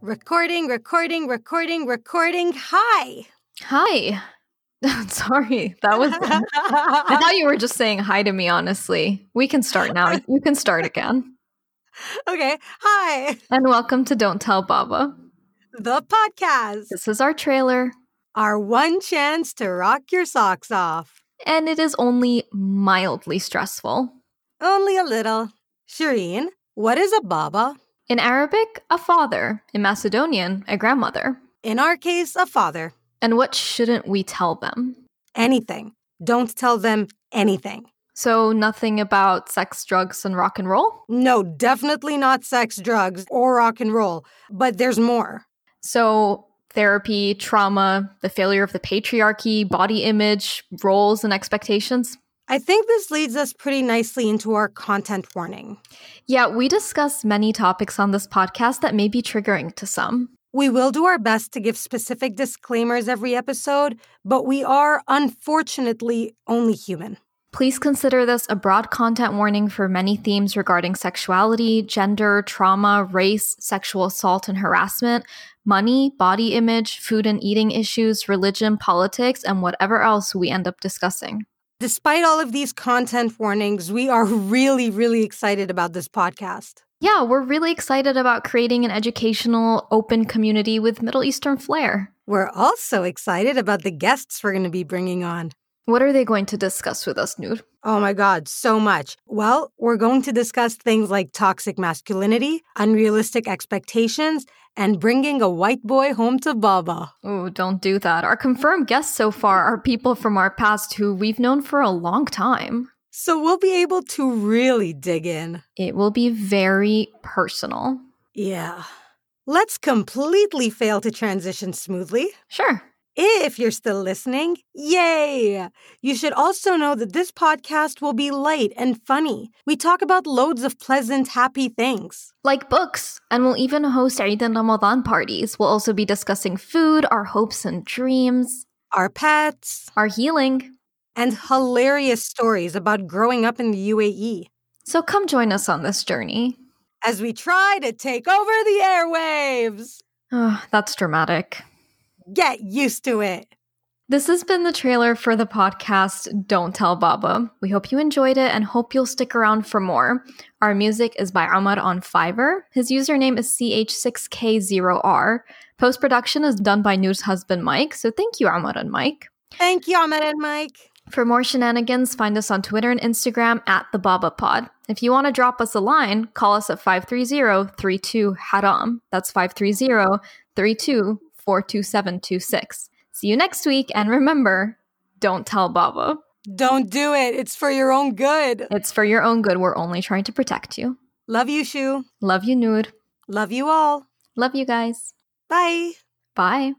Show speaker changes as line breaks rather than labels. Recording, recording, recording, recording. Hi.
Hi. Sorry, that was.
Um,
I thought you were just saying hi to me, honestly. We can start now. You can start again.
okay. Hi.
And welcome to Don't Tell Baba.
The podcast.
This is our trailer,
Our one chance to rock your socks off.
and it is only mildly stressful.
Only a little. Shireen, what is a baba?
In Arabic, a father. In Macedonian, a grandmother.
In our case, a father.
And what shouldn't we tell them?
Anything. Don't tell them anything.
So, nothing about sex, drugs, and rock and roll?
No, definitely not sex, drugs, or rock and roll. But there's more.
So, therapy, trauma, the failure of the patriarchy, body image, roles, and expectations?
I think this leads us pretty nicely into our content warning.
Yeah, we discuss many topics on this podcast that may be triggering to some.
We will do our best to give specific disclaimers every episode, but we are unfortunately only human.
Please consider this a broad content warning for many themes regarding sexuality, gender, trauma, race, sexual assault and harassment, money, body image, food and eating issues, religion, politics, and whatever else we end up discussing.
Despite all of these content warnings, we are really, really excited about this podcast.
Yeah, we're really excited about creating an educational, open community with Middle Eastern flair.
We're also excited about the guests we're going to be bringing on.
What are they going to discuss with us, Nude?
Oh my God, so much. Well, we're going to discuss things like toxic masculinity, unrealistic expectations, and bringing a white boy home to Baba.
Oh, don't do that. Our confirmed guests so far are people from our past who we've known for a long time.
So we'll be able to really dig in.
It will be very personal.
Yeah. Let's completely fail to transition smoothly.
Sure.
If you're still listening, yay! You should also know that this podcast will be light and funny. We talk about loads of pleasant, happy things.
Like books, and we'll even host Eid and Ramadan parties. We'll also be discussing food, our hopes and dreams,
Our pets,
our healing.
and hilarious stories about growing up in the UAE
So come join us on this journey.
as we try to take over the airwaves.
Oh, that's dramatic.
Get used to it.
This has been the trailer for the podcast Don't Tell Baba. We hope you enjoyed it and hope you'll stick around for more. Our music is by Ahmad on Fiverr. His username is CH6K0R. Post production is done by Nude's husband Mike, so thank you, Ahmad and Mike.
Thank you, Ahmed and Mike.
For more shenanigans, find us on Twitter and Instagram at the Baba Pod. If you want to drop us a line, call us at 530-32 Haram. That's 530-32-42726. See you next week and remember, don't tell Baba.
Don't do it. It's for your own good.
It's for your own good. We're only trying to protect you.
Love you, Shu.
Love you, Noor.
Love you all.
Love you guys.
Bye.
Bye.